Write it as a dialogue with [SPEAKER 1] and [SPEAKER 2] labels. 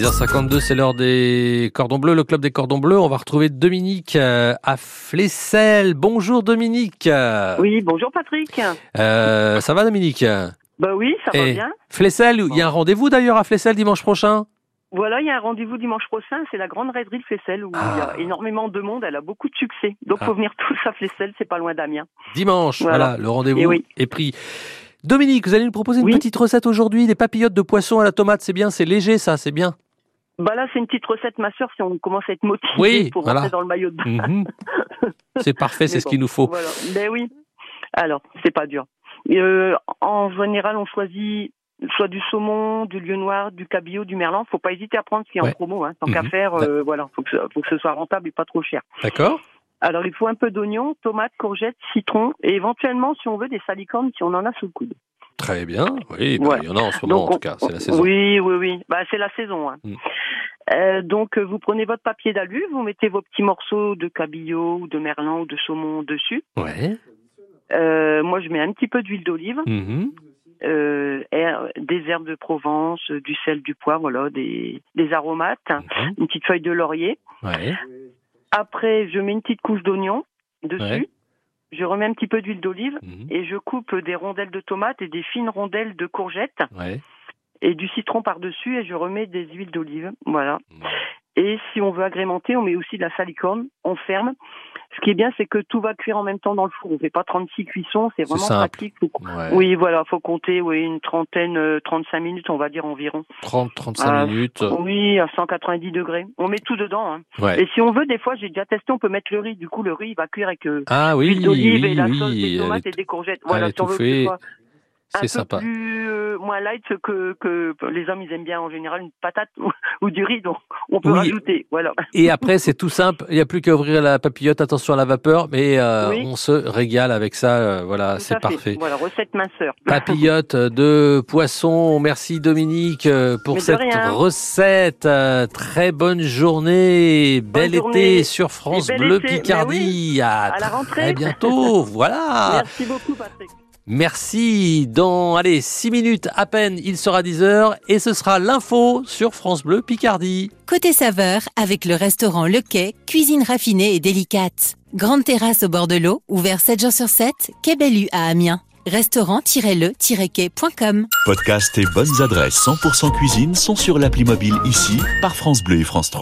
[SPEAKER 1] 10h52, c'est l'heure des cordons bleus, le club des cordons bleus. On va retrouver Dominique euh, à Flessel. Bonjour Dominique.
[SPEAKER 2] Oui, bonjour Patrick.
[SPEAKER 1] Euh, ça va Dominique
[SPEAKER 2] Bah oui, ça va
[SPEAKER 1] Eh.
[SPEAKER 2] bien.
[SPEAKER 1] Flessel, il y a un rendez-vous d'ailleurs à Flessel dimanche prochain
[SPEAKER 2] Voilà, il y a un rendez-vous dimanche prochain, c'est la grande raiderie de Flessel où il y
[SPEAKER 1] Ah.
[SPEAKER 2] a énormément de monde, elle a beaucoup de succès. Donc
[SPEAKER 1] Ah.
[SPEAKER 2] faut venir tous à Flessel, c'est pas loin d'Amiens.
[SPEAKER 1] Dimanche, voilà,
[SPEAKER 2] Voilà.
[SPEAKER 1] le rendez-vous
[SPEAKER 2] Eh oui.
[SPEAKER 1] est pris. Dominique, vous allez nous proposer une
[SPEAKER 2] Oui.
[SPEAKER 1] petite recette aujourd'hui, des papillotes de poisson à la tomate, c'est bien, c'est léger ça, c'est bien.
[SPEAKER 2] Bah là, c'est une petite recette, ma sœur, si on commence à être motivé
[SPEAKER 1] Oui,
[SPEAKER 2] pour
[SPEAKER 1] voilà.
[SPEAKER 2] rentrer dans le maillot de bain.
[SPEAKER 1] Mhm. c'est parfait, c'est
[SPEAKER 2] Mais
[SPEAKER 1] ce qu'il nous faut.
[SPEAKER 2] Voilà. Ben oui. Alors, c'est pas dur. Euh, en général, on choisit soit du saumon, du lieu noir, du cabillaud, du merlan. Faut pas hésiter à prendre ce qui est
[SPEAKER 1] Ouais.
[SPEAKER 2] en promo, hein. Tant
[SPEAKER 1] Mhm.
[SPEAKER 2] qu'à faire, euh, voilà. Faut que, ce- faut que ce soit rentable et pas trop cher.
[SPEAKER 1] D'accord
[SPEAKER 2] Alors, il faut un peu d'oignon, tomates, courgettes, citron et éventuellement, si on veut, des salicornes si on en a sous le coude.
[SPEAKER 1] Très bien. Oui, bah,
[SPEAKER 2] Voilà.
[SPEAKER 1] il y en a en ce moment en
[SPEAKER 2] on-
[SPEAKER 1] tout cas, c'est la
[SPEAKER 2] on-
[SPEAKER 1] saison.
[SPEAKER 2] Oui, oui, oui. Bah, c'est la saison. hein.
[SPEAKER 1] Mm.
[SPEAKER 2] Euh, donc, euh, vous prenez votre papier d'alu, vous mettez vos petits morceaux de cabillaud ou de merlan ou de saumon dessus.
[SPEAKER 1] Ouais.
[SPEAKER 2] Euh, moi, je mets un petit peu d'huile d'olive,
[SPEAKER 1] Mhm.
[SPEAKER 2] euh, her- des herbes de Provence, euh, du sel, du poivre, voilà, des, des aromates,
[SPEAKER 1] Mhm.
[SPEAKER 2] une petite feuille de laurier.
[SPEAKER 1] Ouais.
[SPEAKER 2] Après, je mets une petite couche d'oignon dessus.
[SPEAKER 1] Ouais.
[SPEAKER 2] Je remets un petit peu d'huile d'olive
[SPEAKER 1] Mhm.
[SPEAKER 2] et je coupe des rondelles de tomates et des fines rondelles de courgettes
[SPEAKER 1] Ouais.
[SPEAKER 2] et du citron par-dessus et je remets des huiles d'olive. Voilà.
[SPEAKER 1] Mhm.
[SPEAKER 2] Et si on veut agrémenter, on met aussi de la salicorne, on ferme. Ce qui est bien, c'est que tout va cuire en même temps dans le four. On fait pas 36 cuissons, c'est
[SPEAKER 1] C'est
[SPEAKER 2] vraiment
[SPEAKER 1] simple.
[SPEAKER 2] pratique. Faut-
[SPEAKER 1] Ouais.
[SPEAKER 2] Oui, voilà, faut compter oui, une trentaine, euh, 35 minutes, on va dire environ.
[SPEAKER 1] 30, 35
[SPEAKER 2] Euh,
[SPEAKER 1] minutes.
[SPEAKER 2] Oui, à 190 degrés. On met tout dedans. hein.
[SPEAKER 1] Ouais.
[SPEAKER 2] Et si on veut, des fois, j'ai déjà testé, on peut mettre le riz. Du coup, le riz, il va cuire avec euh,
[SPEAKER 1] Ah oui,
[SPEAKER 2] l'huile d'olive
[SPEAKER 1] oui,
[SPEAKER 2] et la
[SPEAKER 1] oui,
[SPEAKER 2] sauce des
[SPEAKER 1] elle
[SPEAKER 2] tomates
[SPEAKER 1] est-
[SPEAKER 2] et des courgettes. Voilà,
[SPEAKER 1] elle est
[SPEAKER 2] si on veut que
[SPEAKER 1] étouffée.
[SPEAKER 2] ce soit un
[SPEAKER 1] c'est
[SPEAKER 2] peu
[SPEAKER 1] sympa.
[SPEAKER 2] plus euh, moins light que, que les hommes, ils aiment bien en général une patate ou, ou du riz, donc on peut
[SPEAKER 1] Oui. Ah,
[SPEAKER 2] rajouter. Voilà.
[SPEAKER 1] Et après, c'est tout simple. Il n'y a plus qu'à ouvrir la papillote. Attention à la vapeur, mais euh,
[SPEAKER 2] Oui.
[SPEAKER 1] on se régale avec ça. euh, voilà,
[SPEAKER 2] Tout
[SPEAKER 1] c'est
[SPEAKER 2] à fait.
[SPEAKER 1] parfait.
[SPEAKER 2] Voilà, recette minceur.
[SPEAKER 1] Papillote de poisson. Merci Dominique euh, pour
[SPEAKER 2] Mais de
[SPEAKER 1] cette
[SPEAKER 2] rien.
[SPEAKER 1] recette. Euh, très bonne journée. Bel été
[SPEAKER 2] journée.
[SPEAKER 1] sur France
[SPEAKER 2] bel
[SPEAKER 1] Bleu
[SPEAKER 2] été. Mais
[SPEAKER 1] Picardie. à
[SPEAKER 2] À la
[SPEAKER 1] très
[SPEAKER 2] rentrée.
[SPEAKER 1] bientôt. Voilà.
[SPEAKER 2] Merci beaucoup, Patrick.
[SPEAKER 1] Merci. Dans, allez, 6 minutes à peine, il sera 10h et ce sera l'info sur France Bleu Picardie.
[SPEAKER 3] Côté saveur, avec le restaurant Le Quai, cuisine raffinée et délicate. Grande terrasse au bord de l'eau, ouvert 7 jours sur 7, Quai Bellu à Amiens. Restaurant-le-quai.com
[SPEAKER 4] Podcasts et bonnes adresses 100% cuisine sont sur l'appli mobile ici par France Bleu et France 3.